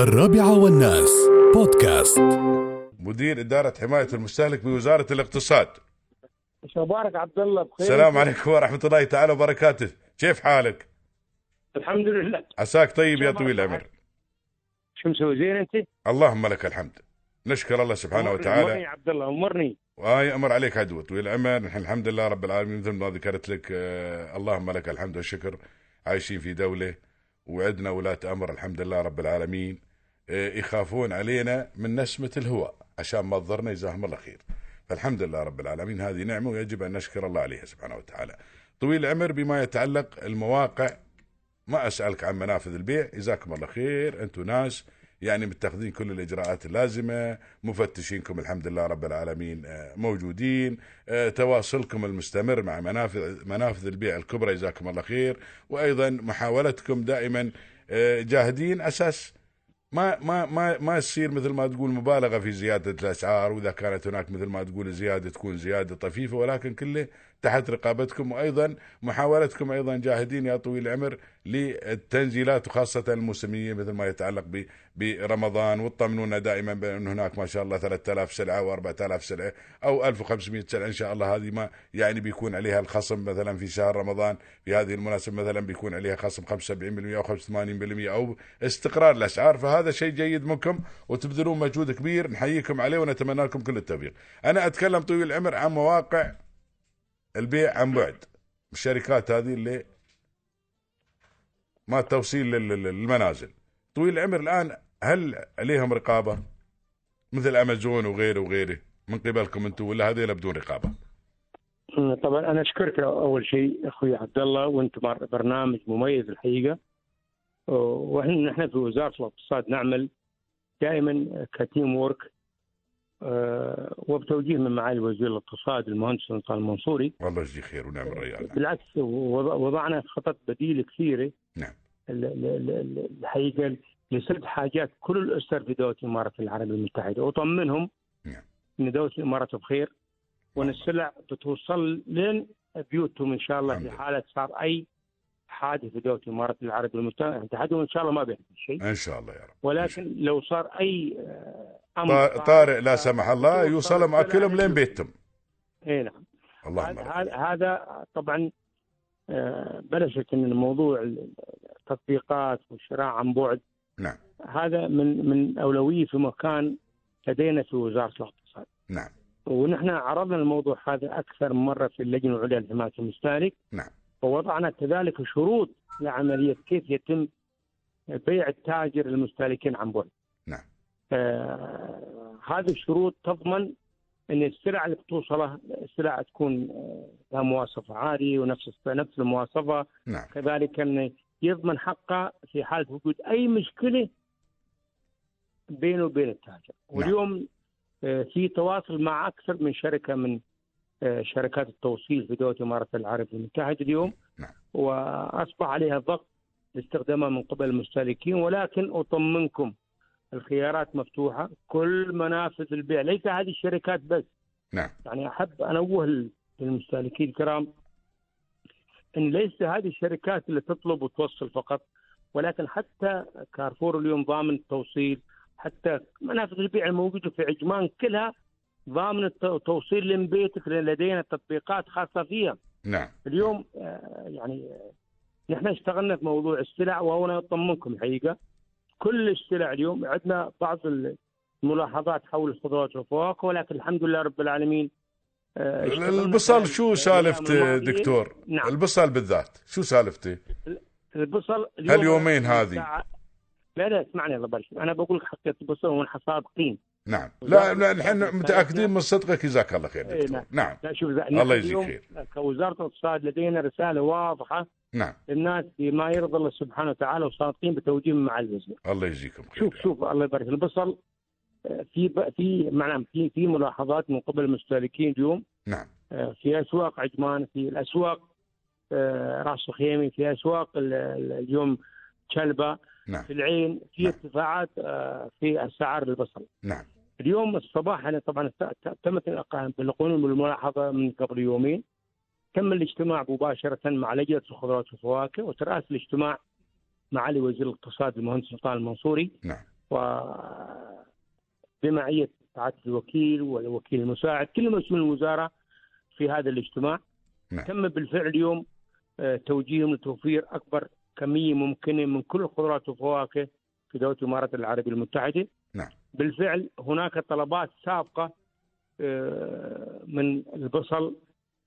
الرابعة والناس بودكاست مدير إدارة حماية المستهلك بوزارة الاقتصاد مبارك عبد الله بخير السلام عليكم ورحمة الله تعالى وبركاته كيف حالك؟ الحمد لله عساك طيب يا طويل العمر شو مسوي زين انت؟ اللهم لك الحمد نشكر الله سبحانه امرني وتعالى يا عبد الله امرني وهاي أمر عليك عدو طويل العمر نحن الحمد لله رب العالمين مثل ما ذكرت لك آه، اللهم لك الحمد والشكر عايشين في دولة وعندنا ولاة أمر الحمد لله رب العالمين آه، يخافون علينا من نسمة الهواء عشان ما تضرنا جزاهم الله خير فالحمد لله رب العالمين هذه نعمة ويجب أن نشكر الله عليها سبحانه وتعالى طويل العمر بما يتعلق المواقع ما أسألك عن منافذ البيع جزاكم الله خير أنتم ناس يعني متخذين كل الإجراءات اللازمة مفتشينكم الحمد لله رب العالمين آه، موجودين آه، تواصلكم المستمر مع منافذ منافذ البيع الكبرى جزاكم الله خير وأيضا محاولتكم دائما آه، جاهدين أساس ما ما ما ما تصير مثل ما تقول مبالغه في زياده الاسعار واذا كانت هناك مثل ما تقول زياده تكون زياده طفيفه ولكن كله تحت رقابتكم وايضا محاولتكم ايضا جاهدين يا طويل العمر للتنزيلات وخاصه الموسميه مثل ما يتعلق ب- برمضان وتطمنونا دائما بان هناك ما شاء الله 3000 سلعه و4000 سلعه او 1500 سلعه ان شاء الله هذه ما يعني بيكون عليها الخصم مثلا في شهر رمضان في هذه المناسبه مثلا بيكون عليها خصم 75% او 85% او استقرار الاسعار فهذا شيء جيد منكم وتبذلون مجهود كبير نحييكم عليه ونتمنى لكم كل التوفيق. انا اتكلم طويل العمر عن مواقع البيع عن بعد الشركات هذه اللي ما توصيل لل- لل- للمنازل. طويل العمر الان هل عليهم رقابه؟ مثل امازون وغيره وغيره من قبلكم انتم ولا هذيلا بدون رقابه؟ أمم، طبعا انا اشكرك اول شيء اخوي عبد الله وانت مر- برنامج مميز الحقيقه واحنا نحن في وزاره الاقتصاد نعمل دائما كتيم وورك آه، وبتوجيه من معالي وزير الاقتصاد المهندس سلطان المنصوري والله يجزيه خير ونعم الرجال. بالعكس وض- وضعنا خطط بديله كثيره نعم. ال- ال- ال- الحقيقه لسلب حاجات كل الاسر في دوله الامارات العربيه المتحده واطمنهم نعم. ان دوله الامارات بخير وان السلع بتوصل لين بيوتهم ان شاء الله الحمد في لله. حاله صار اي حادث في دوله الامارات العربيه المتحده وان شاء الله ما بيحدث شيء ان شاء الله يا رب. ولكن لو صار اي آه، امر طا- طارئ لا سمح الله يوصلهم اكلهم لين بيتهم اي نعم اللهم هذا- بارك. هذا- هذا طبعا آه، بلا شك ان موضوع التطبيقات والشراء عن بعد نعم. هذا من من اولويه في مكان لدينا في وزاره الاقتصاد نعم ونحن عرضنا الموضوع هذا اكثر من مره في اللجنه العليا لحمايه المستهلك نعم. ووضعنا كذلك شروط لعمليه كيف يتم بيع التاجر للمستهلكين عن بعد نعم. آه هذه الشروط تضمن ان السلع اللي بتوصله السلع تكون آه، لها مواصفه عاليه ونفس نفس المواصفه نعم كذلك أن يضمن حقه في حالة وجود أي مشكلة بينه وبين التاجر نعم. واليوم آه، في تواصل مع أكثر من شركة من آه، شركات التوصيل في دولة الإمارات العربية المتحدة اليوم نعم. وأصبح عليها ضغط لاستخدامها من قبل المستهلكين ولكن أطمنكم الخيارات مفتوحة كل منافذ البيع ليس هذه الشركات بس نعم يعني احب انوه للمستهلكين الكرام ان ليس هذه الشركات اللي تطلب وتوصل فقط ولكن حتى كارفور اليوم ضامن التوصيل حتى منافذ البيع الموجوده في عجمان كلها ضامن الت- التوصيل لين بيتك لان لدينا تطبيقات خاصه فيها نعم اليوم آه، يعني آه، نحن اشتغلنا في موضوع السلع وهنا اطمنكم حقيقه كل السلع اليوم عندنا بعض الملاحظات حول الخضروات والفواكه ولكن الحمد لله رب العالمين آه، اشتغلنا البصل في شو الأيام سالفته الماضية. دكتور نعم البصل بالذات شو سالفته البصل هاليومين هذه. لا لا اسمعني الله يبارك فيك. انا بقول لك حقيقه البصل ونحن صادقين نعم لا لا، نحن متاكدين من صدقك جزاك الله خير إيه، دكتور نعم. نعم لا شوف ذا- الله نحن يجزيك اليوم خير. كوزاره الاقتصاد لدينا رساله واضحه نعم للناس بما يرضى الله سبحانه وتعالى وصادقين بتوجيه مع الوزير الله يجزيكم خير شوف يا رب. شوف الله يبارك فيك. البصل آه، في ب- في معناه في في ملاحظات من قبل المستهلكين اليوم نعم آه، في اسواق عجمان في الاسواق آه، راس الخيمي في اسواق ال- ال- اليوم شلبه نعم في العين في نعم. ارتفاعات آه، في اسعار البصل نعم اليوم الصباح انا طبعا ت- ت- تمت الإقامة بالقانون بالملاحظه من قبل يومين تم الاجتماع مباشره مع لجنه الخضروات والفواكه وتراس الاجتماع معالي وزير الاقتصاد المهندس سلطان المنصوري نعم. وبمعية سعادة الوكيل والوكيل المساعد كل مسؤول الوزارة في هذا الاجتماع نعم. تم بالفعل اليوم آه، توجيههم لتوفير أكبر كمية ممكنة من كل الخضروات والفواكه في دولة الإمارات العربية المتحدة نعم. بالفعل هناك طلبات سابقة آه، من البصل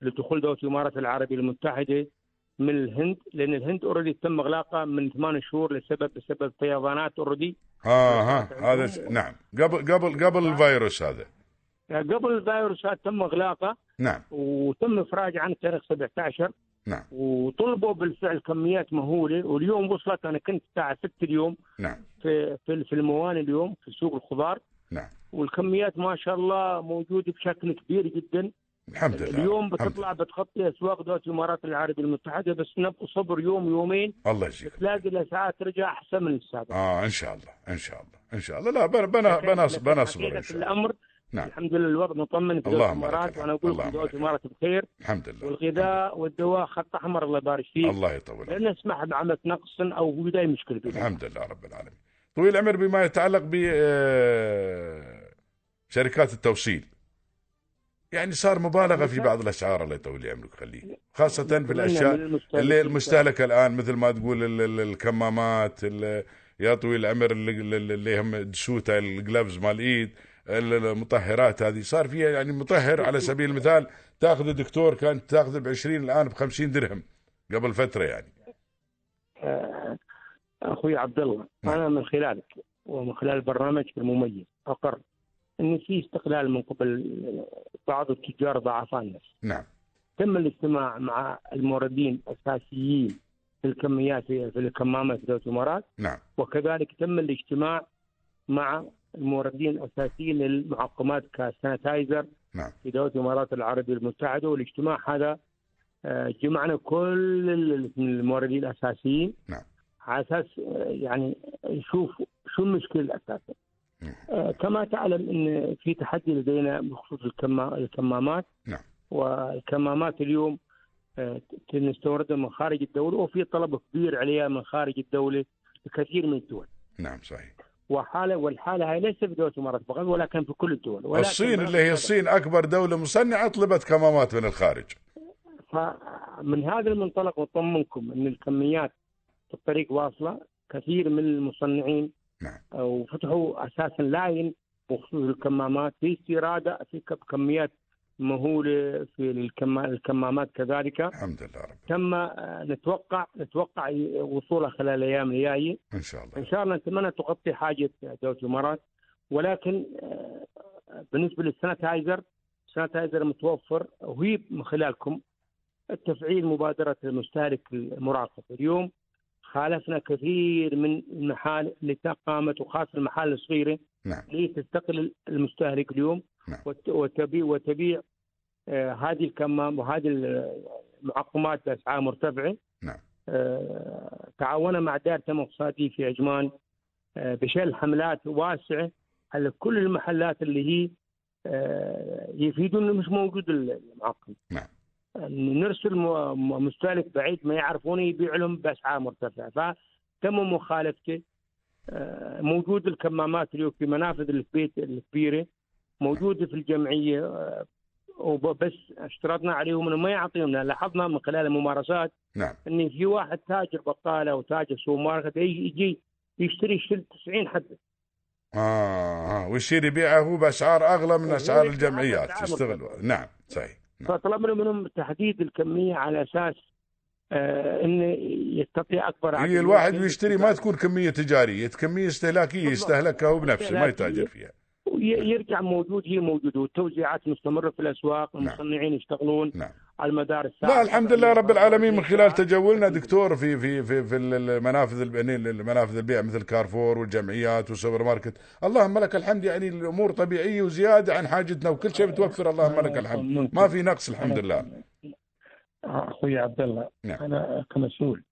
لدخول دولة الإمارات العربية المتحدة من الهند لأن الهند اوريدي تم إغلاقها من ثمان شهور لسبب بسبب فيضانات اوريدي ها ها هذا س- نعم قبل قبل قبل الفيروس هذا يعني قبل الفيروسات تم إغلاقها نعم وتم إفراج عن تاريخ 17 نعم وطلبوا بالفعل كميات مهوله واليوم وصلت انا كنت الساعه 6 اليوم نعم في في في المواني اليوم في سوق الخضار نعم والكميات ما شاء الله موجوده بشكل كبير جدا الحمد لله اليوم الحمد بتطلع بتغطي اسواق دوله الامارات العربيه المتحده بس نبقى صبر يوم يومين لله. الله يجزيك تلاقي الاسعار ترجع احسن من السابق اه ان شاء الله ان شاء الله ان شاء الله لا بنا بنا بنا لكن بنا اصبر حقيقة ان شاء الله الامر نعم الحمد لله الوضع مطمن في دوله اللهم لك الامارات الحمد. وانا اقول لكم اللهم دوله لك الامارات بخير الحمد لله والغذاء والدواء خط احمر الله يبارك فيه الله يطول عمرك. لا نسمح بعمل نقص او بدايه مشكله بإذن الله. الحمد لله رب العالمين طويل العمر بما يتعلق ب آه، شركات التوصيل يعني صار مبالغه في بعض الاسعار الله يطول لي عمرك خليه خاصه في الاشياء من المستهلك- اللي المستهلكه الان مثل ما تقول ال- ال- الكمامات ال- يا طويل العمر اللي, اللي- اللي هم دسوته الجلافز مال الايد ال- المطهرات هذه صار فيها يعني مطهر على سبيل المثال تاخذ الدكتور كانت تاخذ ب 20 الان ب 50 درهم قبل فتره يعني آه، اخوي عبد الله نعم. انا من خلالك ومن خلال برنامجك المميز اقر ان في استقلال من قبل آه، بعض التجار ضعفاء النفس نعم تم الاجتماع مع الموردين الاساسيين في الكميات في في الكمامات في دوله الامارات نعم وكذلك تم الاجتماع مع الموردين الاساسيين للمعقمات كسانيتايزر نعم. في دوله الامارات العربيه المتحده والاجتماع هذا آه، جمعنا كل ال- الموردين الاساسيين نعم. على اساس آه، يعني نشوف شو المشكله الاساسيه نعم. آه، كما تعلم ان في تحدي لدينا بخصوص الكما- الكمامات نعم. والكمامات اليوم آه، ت- نستوردها من خارج الدوله وفي طلب كبير عليها من خارج الدوله لكثير من الدول نعم صحيح وحاله والحاله هاي ليس في دوله الامارات فقط ولكن في كل الدول ولكن الصين اللي هي الصين اكبر دوله مصنعه طلبت كمامات من الخارج فمن هذا المنطلق اطمنكم ان الكميات في الطريق واصله كثير من المصنعين نعم. وفتحوا اساسا لاين بخصوص الكمامات في استيراد في ك- كميات مهوله في الكم- الكمامات كذلك الحمد لله رب تم آه، نتوقع نتوقع وصولها خلال الايام الجايه ان شاء ان الله شاء الله نتمنى تغطي حاجه دوله الامارات ولكن آه، بالنسبه للسانيتايزر السانيتايزر متوفر وهي من خلالكم التفعيل مبادره المستهلك المراقب اليوم خالفنا كثير من المحال التي قامت وخاصه المحال الصغيره نعم لتستقل إيه، المستهلك اليوم نعم. وت- وتبيع وتبيع آه، هذه الكمام وهذه المعقمات باسعار مرتفعه نعم. آه، تعاوننا مع دائره الاقتصاديه في عجمان آه، بشكل حملات واسعه على كل المحلات اللي هي آه، يفيدون انه مش موجود المعقم نعم. آه، نرسل م- م- مستهلك بعيد ما يعرفونه يبيع لهم باسعار مرتفعه فتم مخالفته آه، موجود الكمامات اليوم في منافذ البيت الكبيره موجوده في الجمعيه آه، وب- بس اشترطنا عليهم انه ما يعطينا لاحظنا من خلال الممارسات نعم ان في واحد تاجر بقاله او تاجر سوبر ماركت يجي, يجي يشتري شل 90 حبه اه اه ويصير يبيعه هو باسعار اغلى من وهو اسعار يبيعها الجمعيات بأسعار مرتفعة. يشتغل نعم صحيح نعم فطلبنا منهم تحديد الكميه على اساس آه انه يستطيع اكبر عدد هي الواحد من- ويشتري ما تكون كميه تجاريه كميه استهلاكيه بالضبط. يستهلكها هو بنفسه ما يتاجر فيها ويرجع موجود هي موجوده والتوزيعات مستمره في الاسواق نعم. المصنعين يشتغلون نعم. على مدار الساعه لا الحمد لله رب العالمين من خلال تجولنا الحمد لله. دكتور في في في في المنافذ الب- يعني المنافذ البيع مثل كارفور والجمعيات والسوبر ماركت اللهم لك الحمد يعني الامور طبيعيه وزياده عن حاجتنا وكل شيء متوفر اللهم لك الحمد ما في نقص الحمد لله اخوي عبد الله نعم. انا كمسؤول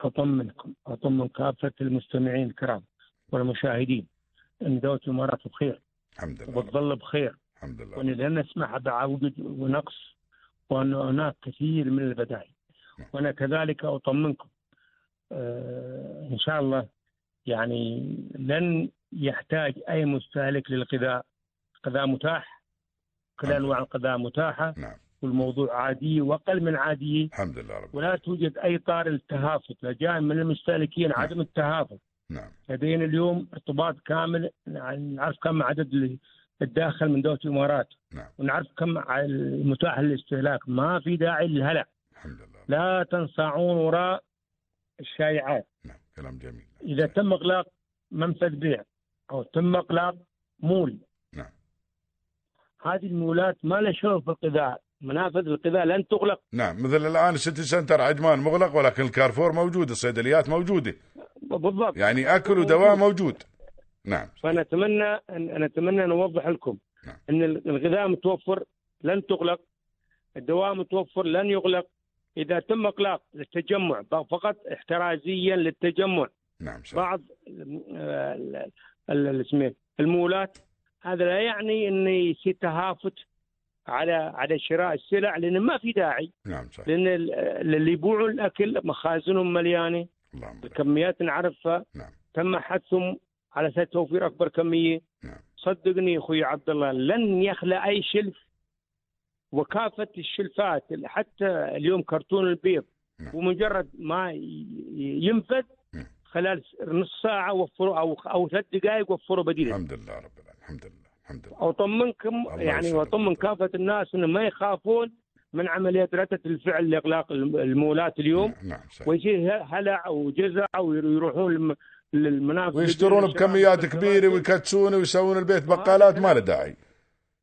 اطمنكم اطمن كافه المستمعين الكرام والمشاهدين ان دوله الامارات بخير الحمد لله رب- وتظل بخير الحمد لله وان رب- لا نسمح بعوج ونقص وان هناك كثير من البدائل وانا كذلك اطمنكم آه ان شاء الله يعني لن يحتاج اي مستهلك للغذاء غذاء متاح كل نعم. انواع الغذاء متاحه نعم والموضوع عادي واقل من عادي الحمد لله رب ولا توجد اي طار التهافت لا جاء من المستهلكين عدم التهافت نعم لدينا اليوم ارتباط كامل عن- نعرف كم عدد ال- الداخل من دوله الامارات نعم. ونعرف كم ع- المتاح للاستهلاك ما في داعي للهلع الحمد لله رب لا تنصاعون وراء الشائعات نعم كلام جميل اذا تم اغلاق منفذ بيع او تم اغلاق مول نعم. هذه المولات ما لها شغل في الغذاء منافذ الغذاء لن تغلق نعم مثل الان السيتي سنتر عجمان مغلق ولكن الكارفور موجود الصيدليات موجوده بالضبط يعني اكل ودواء موجود نعم فنتمنى ان أن- نتمنى ان اوضح لكم نعم. ان ال- الغذاء متوفر لن تغلق الدواء متوفر لن يغلق اذا تم اغلاق للتجمع فقط احترازيا للتجمع نعم صح بعض ال- آه، ال- ال- ال- اسمه إيه؟ المولات هذا لا يعني ان يصير تهافت على على شراء السلع لان ما في داعي نعم صح لان ال- اللي يبيعوا الاكل مخازنهم مليانه اللهم بارك. الكميات نعرفها نعم. تم حثهم على اساس توفير اكبر كميه نعم. صدقني يا اخوي عبد الله لن يخلى اي شلف وكافه الشلفات حتى اليوم كرتون البيض نعم. ومجرد ما ي- ينفذ نعم. خلال نص ساعه وفروا او او ثلاث دقائق وفروا بديله الحمد لله رب العالمين الحمد لله الحمد لله اطمنكم الله يعني يسلمك. واطمن كافه الناس انه ما يخافون من عمليه رده الفعل لاغلاق الم- المولات اليوم نعم صح ويصير هلع وجزع ويروحون للم- للمنافذ ويشترون بكميات كبيره ويكتسون ويسوون البيت بقالات ما له داعي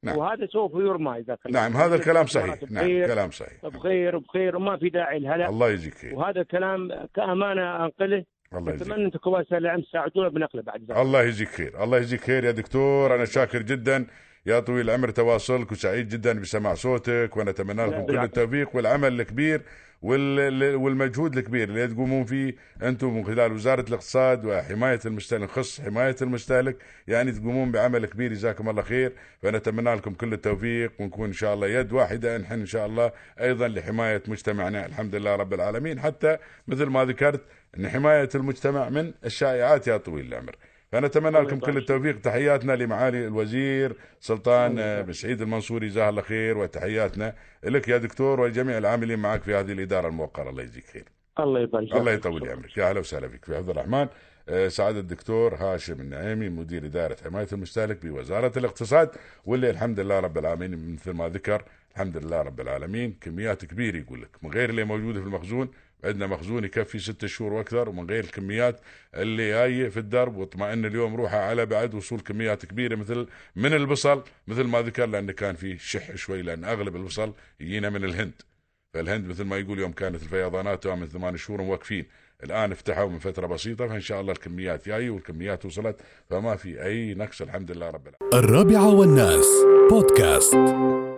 نعم. وهذا سوف يرمى اذا كان نعم هذا الكلام صحيح نعم بخير كلام صحيح بخير بخير وما في داعي للهلع الله يجزيك خير وهذا كلام كامانه انقله الله يجزيك اتمنى انتم كويس العلم تساعدونا بنقله بعد ذلك الله يجزيك خير الله يجزيك خير يا دكتور انا شاكر جدا يا طويل العمر تواصلك وسعيد جدا بسماع صوتك ونتمنى لكم كل بالعكس. التوفيق والعمل الكبير وال- والمجهود الكبير اللي تقومون فيه انتم من خلال وزاره الاقتصاد وحمايه المستهلك خص حمايه المستهلك يعني تقومون بعمل كبير جزاكم الله خير فنتمنى لكم كل التوفيق ونكون ان شاء الله يد واحده نحن ان شاء الله ايضا لحمايه مجتمعنا الحمد لله رب العالمين حتى مثل ما ذكرت ان حمايه المجتمع من الشائعات يا طويل العمر فنتمنى لكم كل التوفيق تحياتنا لمعالي الوزير سلطان آه، بن سعيد المنصوري جزاه الله خير وتحياتنا لك يا دكتور ولجميع العاملين معك في هذه الاداره الموقره الله يجزيك خير الله يبارك فيك. الله يطول عمرك يا اهلا وسهلا فيك في عبد الرحمن آه، سعادة الدكتور هاشم النعيمي مدير إدارة حماية المستهلك بوزارة الاقتصاد واللي الحمد لله رب العالمين مثل ما ذكر الحمد لله رب العالمين كميات كبيرة يقول لك من غير اللي موجودة في المخزون عندنا مخزون يكفي ستة شهور وأكثر ومن غير الكميات اللي جاية في الدرب واطمئن اليوم روحها على بعد وصول كميات كبيرة مثل من البصل مثل ما ذكر لأن كان فيه شح شوي لأن أغلب البصل يجينا من الهند فالهند مثل ما يقول يوم كانت الفيضانات من ثمان شهور موقفين الان افتحوا من فتره بسيطه فان شاء الله الكميات جايه والكميات وصلت فما في اي نقص الحمد لله رب العالمين الرابعة والناس بودكاست